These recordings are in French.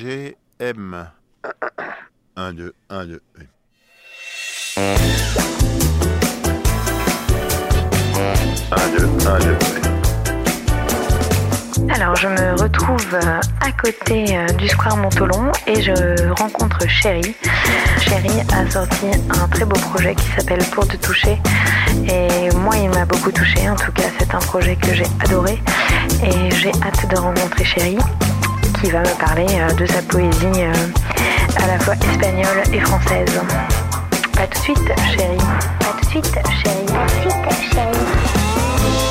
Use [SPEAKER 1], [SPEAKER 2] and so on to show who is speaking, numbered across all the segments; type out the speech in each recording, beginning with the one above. [SPEAKER 1] MGM. 1, 2, 1, 2. Un, deux, un, deux.
[SPEAKER 2] Alors, je me retrouve euh, à côté euh, du Square Montolon et je rencontre Chérie. Chérie a sorti un très beau projet qui s'appelle Pour te toucher. Et moi, il m'a beaucoup touché. En tout cas, c'est un projet que j'ai adoré. Et j'ai hâte de rencontrer Chérie qui va me parler euh, de sa poésie euh, à la fois espagnole et française. À tout de suite, Chérie. À tout de suite, Chérie. À tout de suite, Chérie.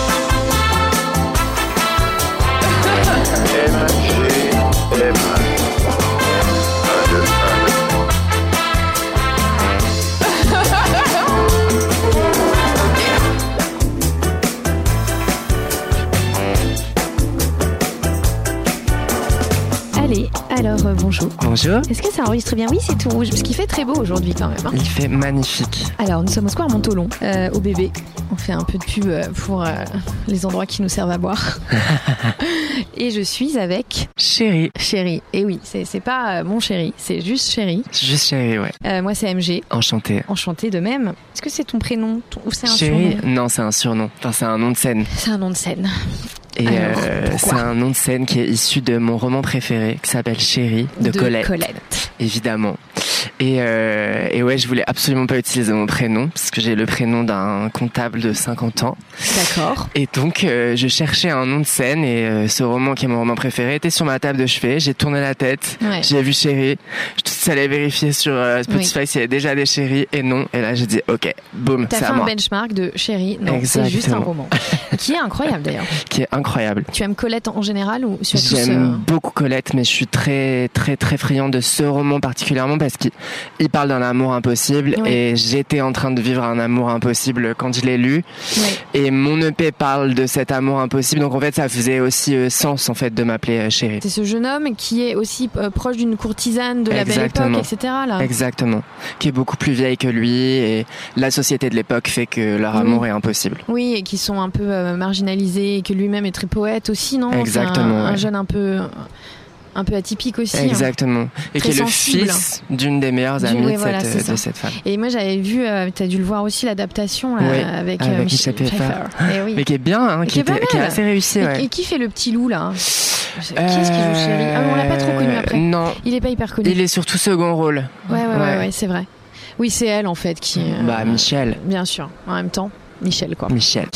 [SPEAKER 1] MGM. 1, 2, 1, 2.
[SPEAKER 3] Allez, alors euh, bonjour.
[SPEAKER 4] Bonjour,
[SPEAKER 3] Est-ce que ça enregistre bien Oui, c'est tout rouge, parce qu'il fait très beau aujourd'hui quand même. hein.
[SPEAKER 4] il fait magnifique.
[SPEAKER 3] Alors, nous sommes au Square Montolon, euh, au bébé. On fait un peu de pub euh, pour euh, les endroits qui nous servent à boire. et je suis avec
[SPEAKER 4] Chérie,
[SPEAKER 3] Chéri. Et oui, c'est c'est pas euh, mon chéri, c'est juste Chéri.
[SPEAKER 4] juste chérie, ouais.
[SPEAKER 3] Euh, moi, c'est MG.
[SPEAKER 4] Enchanté.
[SPEAKER 3] Enchantée de même. Est-ce que c'est ton prénom ton- ou c'est un
[SPEAKER 4] Chérie, euh,
[SPEAKER 3] surnom
[SPEAKER 4] non, c'est un surnom. Enfin, c'est un nom de scène.
[SPEAKER 3] C'est un nom de scène.
[SPEAKER 4] Et euh,
[SPEAKER 3] Alors, pourquoi
[SPEAKER 4] c'est un nom de scène qui est issu de mon roman préféré qui s'appelle Chérie de, Colette, évidemment. Et, euh, et ouais, je voulais absolument pas utiliser mon prénom parce que j'ai le prénom d'un comptable de 50 ans.
[SPEAKER 3] D'accord.
[SPEAKER 4] Et donc, euh, je cherchais un nom de scène et euh, ce roman qui est mon roman préféré était sur ma table de chevet. J'ai tourné la tête,
[SPEAKER 3] Ouais.
[SPEAKER 4] j'ai vu Chérie. Je suis tout de suite allée vérifier sur euh, Spotify s'il y avait déjà des Chérie et non. Et là, j'ai dit OK, boum,
[SPEAKER 3] T'as
[SPEAKER 4] c'est
[SPEAKER 3] fait
[SPEAKER 4] à
[SPEAKER 3] un
[SPEAKER 4] moi,
[SPEAKER 3] benchmark de Chéri. Non, c'est
[SPEAKER 4] Exactement.
[SPEAKER 3] juste un roman. qui est incroyable d'ailleurs.
[SPEAKER 4] qui est incroyable.
[SPEAKER 3] Tu aimes Colette en général ou sur tous
[SPEAKER 4] J'aime beaucoup Colette, mais je suis très très très friand de ce roman particulièrement parce qu'il il parle d'un amour impossible
[SPEAKER 3] Oui.
[SPEAKER 4] et j'étais en train de vivre un amour impossible quand je l'ai lu
[SPEAKER 3] euh,
[SPEAKER 4] et mon EP parle de cet amour impossible donc en fait ça faisait aussi euh, sens en fait de m'appeler euh, chérie.
[SPEAKER 3] C'est ce jeune homme qui est aussi euh, proche d'une courtisane de la belle
[SPEAKER 4] Exactement.
[SPEAKER 3] époque, etc. Là.
[SPEAKER 4] Exactement, qui est beaucoup plus vieille que lui et la société de l'époque fait que leur
[SPEAKER 3] Oui.
[SPEAKER 4] amour est impossible.
[SPEAKER 3] oui, et qui sont un peu euh, marginalisés et que lui-même est très poète aussi, non C'est un-
[SPEAKER 4] Exactement,
[SPEAKER 3] Un,
[SPEAKER 4] ouais.
[SPEAKER 3] jeune un peu, un peu atypique aussi. hein.
[SPEAKER 4] Exactement, et
[SPEAKER 3] Très
[SPEAKER 4] qui est le
[SPEAKER 3] sensible.
[SPEAKER 4] fils d'une des meilleures
[SPEAKER 3] Du-
[SPEAKER 4] amies
[SPEAKER 3] ouais,
[SPEAKER 4] de,
[SPEAKER 3] voilà,
[SPEAKER 4] cette,
[SPEAKER 3] c'est
[SPEAKER 4] euh,
[SPEAKER 3] ça.
[SPEAKER 4] de cette femme.
[SPEAKER 3] Et moi j'avais vu, euh, t'as dû le voir aussi l'adaptation là,
[SPEAKER 4] Ouais,
[SPEAKER 3] avec, euh,
[SPEAKER 4] avec
[SPEAKER 3] Michel
[SPEAKER 4] Michel Pfeiffer.
[SPEAKER 3] Eh oui.
[SPEAKER 4] Mais qui est bien, hein,
[SPEAKER 3] Et
[SPEAKER 4] qui,
[SPEAKER 3] qui est pas
[SPEAKER 4] était- qui est
[SPEAKER 3] mal.
[SPEAKER 4] assez réussi.
[SPEAKER 3] Et-
[SPEAKER 4] ouais.
[SPEAKER 3] Et, qui fait le petit loup là hein Qui est-ce qui joue Chéri Ah, on l'a pas trop connu après.
[SPEAKER 4] Euh, Non,
[SPEAKER 3] Il est pas hyper connu.
[SPEAKER 4] il est surtout second rôle.
[SPEAKER 3] Ouais, ouais, ouais,
[SPEAKER 4] Ouais.
[SPEAKER 3] ouais, c'est vrai. Oui, c'est elle en fait qui. euh,
[SPEAKER 4] Bah Michel,
[SPEAKER 3] Bien sûr, en même temps, Michel quoi.
[SPEAKER 4] Michel.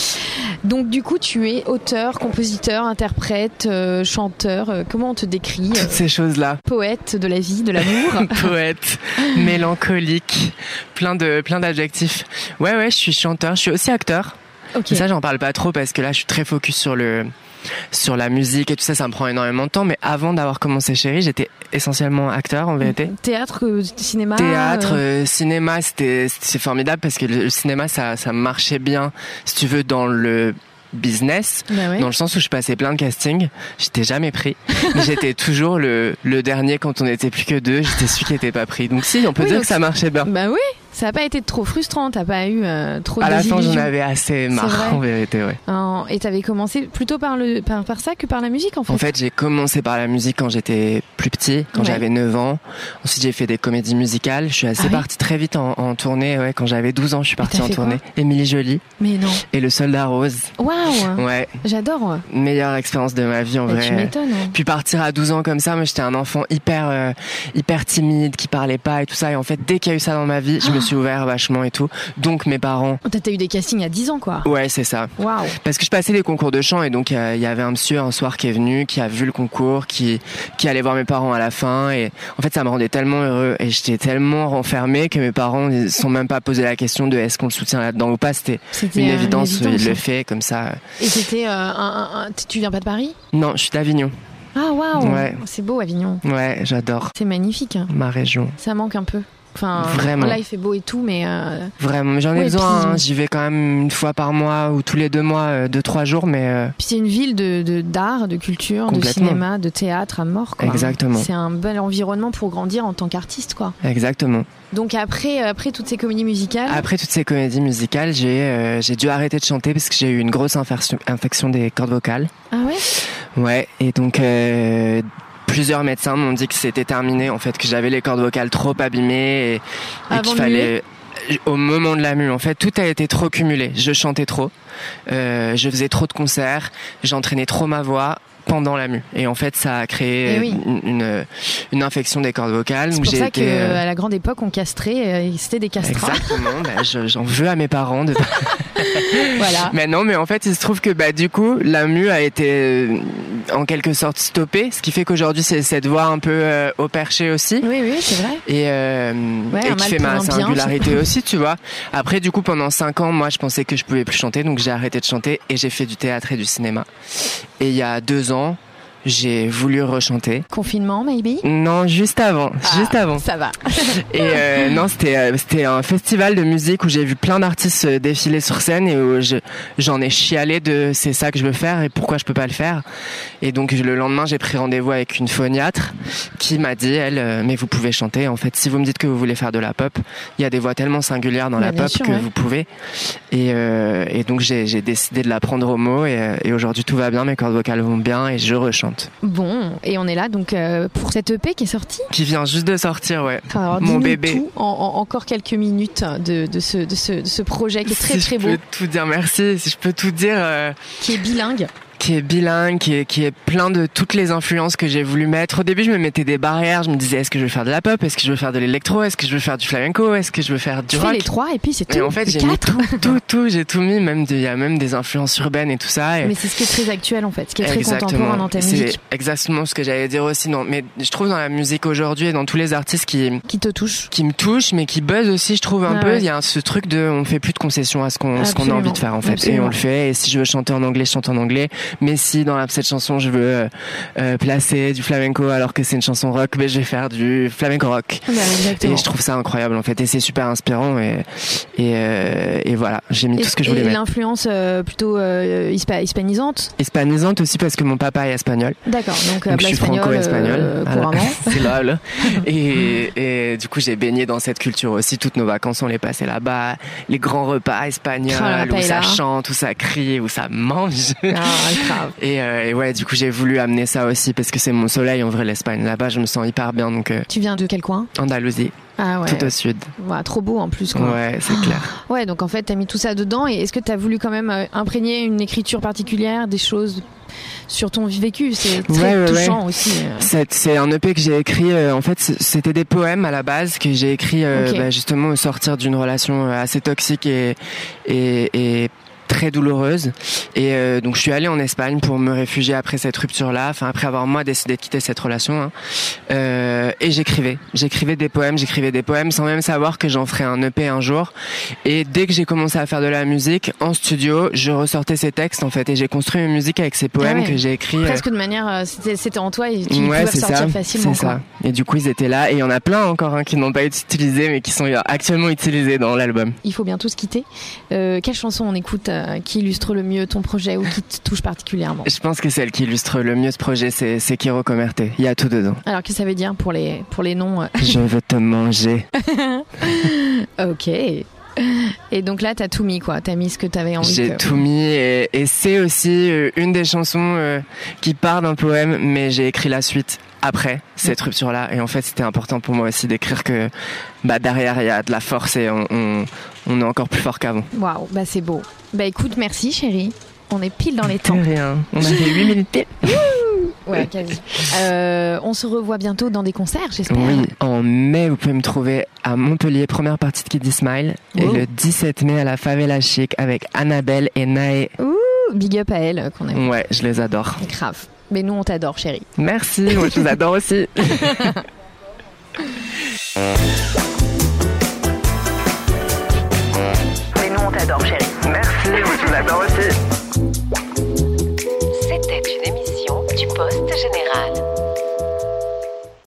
[SPEAKER 3] Donc du coup, tu es auteur, compositeur, interprète, euh, chanteur. euh, comment on te décrit euh,
[SPEAKER 4] Toutes ces choses-là.
[SPEAKER 3] Poète de la vie, de l'amour.
[SPEAKER 4] Poète, mélancolique, plein de plein d'adjectifs. Ouais ouais, je suis chanteur, je suis aussi acteur.
[SPEAKER 3] ok.
[SPEAKER 4] Mais ça j'en parle pas trop parce que là je suis très focus sur le sur la musique et tout ça, ça me prend énormément de temps. Mais avant d'avoir commencé Chérie, j'étais essentiellement acteur en vérité.
[SPEAKER 3] Théâtre, euh, cinéma.
[SPEAKER 4] Théâtre,
[SPEAKER 3] euh,
[SPEAKER 4] euh, cinéma, c'était c'est formidable parce que le le cinéma ça ça marchait bien si tu veux dans le business
[SPEAKER 3] bah ouais.
[SPEAKER 4] Dans le sens où je passais plein de castings, j'étais jamais pris. Mais j'étais toujours le, le dernier quand on était plus que deux, j'étais celui qui n'était pas pris. Donc si, on peut
[SPEAKER 3] Oui,
[SPEAKER 4] dire
[SPEAKER 3] donc
[SPEAKER 4] que ça marchait bien.
[SPEAKER 3] Bah oui, ça a pas été trop frustrant. T'as pas eu euh, trop
[SPEAKER 4] À
[SPEAKER 3] de
[SPEAKER 4] la fin, j'en
[SPEAKER 3] désillusions.
[SPEAKER 4] avais assez
[SPEAKER 3] vrai.
[SPEAKER 4] marre, en vérité, ouais.
[SPEAKER 3] Hein, Et t'avais commencé plutôt par le par, par ça que par la musique en fait.
[SPEAKER 4] En fait, j'ai commencé par la musique quand j'étais plus petit, quand
[SPEAKER 3] Ouais.
[SPEAKER 4] j'avais 9 ans. Ensuite, j'ai fait des comédies musicales. Je suis assez
[SPEAKER 3] Ah oui
[SPEAKER 4] partie très vite en, en tournée, ouais. Quand j'avais 12 ans, je suis partie
[SPEAKER 3] t'as
[SPEAKER 4] en
[SPEAKER 3] fait
[SPEAKER 4] tournée. Émilie Jolie
[SPEAKER 3] Mais non.
[SPEAKER 4] et Le Soldat Rose.
[SPEAKER 3] Waouh,
[SPEAKER 4] Ouais,
[SPEAKER 3] j'adore.
[SPEAKER 4] meilleure expérience de ma vie, en
[SPEAKER 3] Ah. Bah,
[SPEAKER 4] vrai.
[SPEAKER 3] tu m'étonnes. hein.
[SPEAKER 4] Puis partir à 12 ans comme ça, moi j'étais un enfant hyper euh, hyper timide, qui parlait pas et tout ça. Et en fait, dès qu'il y a eu ça dans ma vie, je me suis ouvert vachement et tout. Donc mes parents.
[SPEAKER 3] Oh, T'as- T'as eu des castings à 10 ans quoi.
[SPEAKER 4] Ouais, c'est ça.
[SPEAKER 3] Waouh.
[SPEAKER 4] Parce que je passais des concours de chant et donc euh, il y avait un monsieur un soir qui est venu, qui a vu le concours, qui qui allait voir mes parents à la fin et en fait ça me rendait tellement heureux et j'étais tellement renfermé que mes parents ils se sont même pas posé la question de est-ce qu'on le soutient là-dedans ou pas. C'était
[SPEAKER 3] C'était
[SPEAKER 4] une
[SPEAKER 3] euh,
[SPEAKER 4] évidence, il le
[SPEAKER 3] évidence.
[SPEAKER 4] fait comme ça.
[SPEAKER 3] Et c'était euh, un, un- un- Tu viens pas de Paris
[SPEAKER 4] Non, je suis d'Avignon.
[SPEAKER 3] Ah waouh
[SPEAKER 4] Ouais.
[SPEAKER 3] C'est beau Avignon.
[SPEAKER 4] Ouais, j'adore
[SPEAKER 3] C'est magnifique. hein.
[SPEAKER 4] ma région.
[SPEAKER 3] Ça manque un peu. Enfin,
[SPEAKER 4] Vraiment.
[SPEAKER 3] là il fait beau et tout, mais euh,
[SPEAKER 4] Vraiment, mais j'en ai
[SPEAKER 3] Ouais,
[SPEAKER 4] besoin.
[SPEAKER 3] puis-
[SPEAKER 4] hein. J'y vais quand même une fois par mois ou tous les deux mois, euh, deux trois jours, mais euh,
[SPEAKER 3] puis c'est une ville de de- d'art, de, culture, de
[SPEAKER 4] Complètement.
[SPEAKER 3] cinéma, de théâtre à mort. Quoi.
[SPEAKER 4] Exactement.
[SPEAKER 3] C'est un bel environnement pour grandir en tant qu'artiste, quoi.
[SPEAKER 4] exactement.
[SPEAKER 3] Donc après, euh, après toutes ces comédies musicales,
[SPEAKER 4] Après toutes ces comédies musicales, j'ai euh, j'ai dû arrêter de chanter parce que j'ai eu une grosse infarction- infection des cordes vocales.
[SPEAKER 3] ah ouais,
[SPEAKER 4] Ouais, et donc euh, plusieurs médecins m'ont dit que c'était terminé, en fait, que j'avais les cordes vocales trop abîmées et, et
[SPEAKER 3] Avant
[SPEAKER 4] qu'il
[SPEAKER 3] de
[SPEAKER 4] fallait. euh, Au moment de la mue, en fait, tout a été trop cumulé. Je chantais trop, euh, je faisais trop de concerts, j'entraînais trop ma voix pendant la mue. Et en fait, ça a créé euh,
[SPEAKER 3] Eh oui.
[SPEAKER 4] une, une, une infection des cordes vocales.
[SPEAKER 3] C'est
[SPEAKER 4] où
[SPEAKER 3] pour
[SPEAKER 4] j'ai
[SPEAKER 3] ça
[SPEAKER 4] été,
[SPEAKER 3] que
[SPEAKER 4] euh,
[SPEAKER 3] à la grande époque, on castrait, euh, c'était des castrats.
[SPEAKER 4] Exactement, bah, je- j'en veux à mes parents de
[SPEAKER 3] voilà.
[SPEAKER 4] Mais non, mais en fait, il se trouve que bah du coup, la mue a été euh, en quelque sorte stoppée, ce qui fait qu'aujourd'hui c'est cette voix un peu euh, au perché aussi.
[SPEAKER 3] Oui, oui, c'est vrai.
[SPEAKER 4] Et, euh,
[SPEAKER 3] Ouais, un
[SPEAKER 4] et
[SPEAKER 3] mal
[SPEAKER 4] qui fait
[SPEAKER 3] pour
[SPEAKER 4] ma
[SPEAKER 3] un bien,
[SPEAKER 4] singularité aussi, tu vois. Après, du coup, pendant cinq ans, moi, je pensais que je pouvais plus chanter, donc j'ai arrêté de chanter et j'ai fait du théâtre et du cinéma. Et il y a deux ans, j'ai voulu rechanter.
[SPEAKER 3] Confinement, maybe.
[SPEAKER 4] Non, juste avant, juste
[SPEAKER 3] Ah,
[SPEAKER 4] avant.
[SPEAKER 3] Ça va.
[SPEAKER 4] Et euh, non, c'était euh, c'était un festival de musique où j'ai vu plein d'artistes euh, défiler sur scène et où je- j'en ai chialé de c'est ça que je veux faire et pourquoi je peux pas le faire. Et donc je- le lendemain, j'ai pris rendez-vous avec une phoniatre qui m'a dit elle euh, mais vous pouvez chanter en fait si vous me dites que vous voulez faire de la pop, il y a des voix tellement singulières dans
[SPEAKER 3] Bah,
[SPEAKER 4] la
[SPEAKER 3] bien
[SPEAKER 4] pop
[SPEAKER 3] sûr,
[SPEAKER 4] que
[SPEAKER 3] ouais.
[SPEAKER 4] vous pouvez. Et, euh, et donc j'ai j'ai décidé de la prendre au mot et, euh, et aujourd'hui tout va bien, mes cordes vocales vont bien et je rechante.
[SPEAKER 3] Bon, et on est là donc euh, pour cette EP qui est sortie.
[SPEAKER 4] Qui vient juste de sortir, ouais.
[SPEAKER 3] Enfin, alors,
[SPEAKER 4] Mon
[SPEAKER 3] dis-nous
[SPEAKER 4] bébé.
[SPEAKER 3] tout en, en- encore quelques minutes de, de ce, de, ce, de ce projet qui est très
[SPEAKER 4] si
[SPEAKER 3] très
[SPEAKER 4] je
[SPEAKER 3] beau,
[SPEAKER 4] peux tout dire, merci. Si je peux tout dire. euh,
[SPEAKER 3] qui est bilingue.
[SPEAKER 4] qui est bilingue, qui est, qui est plein de toutes les influences que j'ai voulu mettre. Au début, je me mettais des barrières. Je me disais, est-ce que je veux faire de la pop Est-ce que je veux faire de l'électro Est-ce que je veux faire du flamenco Est-ce que je veux faire du
[SPEAKER 3] Tu fais
[SPEAKER 4] rock
[SPEAKER 3] les trois et puis c'est tout.
[SPEAKER 4] Et en fait,
[SPEAKER 3] les
[SPEAKER 4] j'ai mis
[SPEAKER 3] quatre.
[SPEAKER 4] Tout, tout, j'ai tout mis. Même des- il y a même des influences urbaines et tout ça. Et
[SPEAKER 3] Mais c'est ce qui est très actuel en fait, ce qui est très
[SPEAKER 4] Exactement.
[SPEAKER 3] contemporain dans ta
[SPEAKER 4] C'est
[SPEAKER 3] musique,
[SPEAKER 4] exactement ce que j'allais dire aussi. Non, mais je trouve dans la musique aujourd'hui et dans tous les artistes qui,
[SPEAKER 3] qui te touche.
[SPEAKER 4] qui me touchent, mais qui buzzent aussi, je trouve un
[SPEAKER 3] Ah
[SPEAKER 4] peu.
[SPEAKER 3] ouais.
[SPEAKER 4] Il y a ce truc de, on fait plus de concessions à ce qu'on, ce qu'on a
[SPEAKER 3] Absolument.
[SPEAKER 4] envie de faire en fait, et
[SPEAKER 3] Absolument.
[SPEAKER 4] on le fait. Et si je veux chanter en anglais, je chante en anglais. Mais si dans la- cette chanson, je veux euh, euh, placer du flamenco alors que c'est une chanson rock, mais je vais faire du flamenco rock.
[SPEAKER 3] Bah, exactement.
[SPEAKER 4] Et je trouve ça incroyable en fait, et c'est super inspirant. Et et, euh, et voilà, j'ai mis
[SPEAKER 3] Et-
[SPEAKER 4] tout ce que je voulais
[SPEAKER 3] et
[SPEAKER 4] mettre.
[SPEAKER 3] l'influence euh, plutôt euh, hispa- hispanisante.
[SPEAKER 4] Hispanisante aussi parce que mon papa est espagnol.
[SPEAKER 3] D'accord, donc, euh,
[SPEAKER 4] Donc, je suis
[SPEAKER 3] habla
[SPEAKER 4] Ah.
[SPEAKER 3] espagnol,
[SPEAKER 4] franco-espagnol.
[SPEAKER 3] euh,
[SPEAKER 4] Voilà.
[SPEAKER 3] couramment.
[SPEAKER 4] C'est lol. Et, et du coup, j'ai baigné dans cette culture aussi. Toutes nos vacances, on les passait là-bas. Les grands repas
[SPEAKER 3] Oh, la
[SPEAKER 4] espagnols, où
[SPEAKER 3] paella.
[SPEAKER 4] ça chante, où ça crie, où ça mange.
[SPEAKER 3] Ah, grave.
[SPEAKER 4] Et, euh, et ouais, du coup, j'ai voulu amener ça aussi parce que c'est mon soleil en vrai, l'Espagne. Là-bas, je me sens hyper bien. Donc, euh,
[SPEAKER 3] Tu viens de quel coin
[SPEAKER 4] Andalousie,
[SPEAKER 3] Ah ouais.
[SPEAKER 4] tout au sud.
[SPEAKER 3] Ouais, trop beau en plus. Quoi.
[SPEAKER 4] Ouais, c'est clair.
[SPEAKER 3] Ouais, donc en fait, t'as mis tout ça dedans. Et est-ce que t'as voulu quand même euh, imprégner une écriture particulière, des choses sur ton vécu C'est très
[SPEAKER 4] Ouais, ouais,
[SPEAKER 3] touchant aussi. euh.
[SPEAKER 4] C'est c'est un EP que j'ai écrit. euh, en fait, c- c'était des poèmes à la base que j'ai écrit euh,
[SPEAKER 3] Ok.
[SPEAKER 4] bah, justement au sortir d'une relation euh, assez toxique et et, et très douloureuse. Et euh, donc, je suis allée en Espagne pour me réfugier après cette rupture-là. Enfin, après avoir moi décidé de quitter cette relation. hein. Euh, et j'écrivais, j'écrivais des poèmes, j'écrivais des poèmes sans même savoir que j'en ferais un EP un jour. Et dès que j'ai commencé à faire de la musique en studio, je ressortais ces textes en fait et j'ai construit une musique avec ces poèmes
[SPEAKER 3] Ah ouais.
[SPEAKER 4] que j'ai écrits. euh,
[SPEAKER 3] Presque de manière, euh, c'était c'était en toi et tu
[SPEAKER 4] ouais,
[SPEAKER 3] pouvais
[SPEAKER 4] c'est
[SPEAKER 3] ressortir
[SPEAKER 4] ça,
[SPEAKER 3] facilement.
[SPEAKER 4] c'est
[SPEAKER 3] quoi.
[SPEAKER 4] ça. Et du coup, ils étaient là. Et il y en a plein encore hein, qui n'ont pas été utilisés, mais qui sont euh, actuellement utilisés dans l'album.
[SPEAKER 3] Il faut bientôt se quitter. Euh, quelle chanson on écoute euh, qui illustre le mieux ton projet ou qui te touche particulièrement
[SPEAKER 4] Je pense que celle qui illustre le mieux ce projet, c'est c'est Kiro Comerte. Il y a tout dedans.
[SPEAKER 3] Alors, qu'est-ce que ça veut dire pour les, pour les noms euh
[SPEAKER 4] Je veux te manger.
[SPEAKER 3] euh, Ok. Et donc là, t'as tout mis, quoi. T'as mis ce que t'avais envie.
[SPEAKER 4] J'ai
[SPEAKER 3] que-
[SPEAKER 4] tout mis. Et, et c'est aussi euh, une des chansons euh, qui part d'un poème, mais j'ai écrit la suite après
[SPEAKER 3] Mm.
[SPEAKER 4] cette rupture-là. Et en fait, c'était important pour moi aussi d'écrire que bah, derrière, il y a de la force et on, on, on est encore plus fort qu'avant.
[SPEAKER 3] Waouh, bah c'est beau. Bah écoute, merci chérie. On est pile dans les temps.
[SPEAKER 4] rien. On a fait 8 minutes.
[SPEAKER 3] Ouais, quasi. Euh, on se revoit bientôt dans des concerts, j'espère.
[SPEAKER 4] Oui, en mai, vous pouvez me trouver à Montpellier, première partie de Kiddy Smile,
[SPEAKER 3] Wow.
[SPEAKER 4] et le 17 mai à la Favela Chic avec Annabelle et Nae.
[SPEAKER 3] Big up à elle euh, qu'on aime.
[SPEAKER 4] Ouais, je les adore.
[SPEAKER 3] Grave. Mais nous, on t'adore, chérie.
[SPEAKER 4] Merci, moi je vous adore aussi.
[SPEAKER 2] Mais nous, on t'adore, chérie.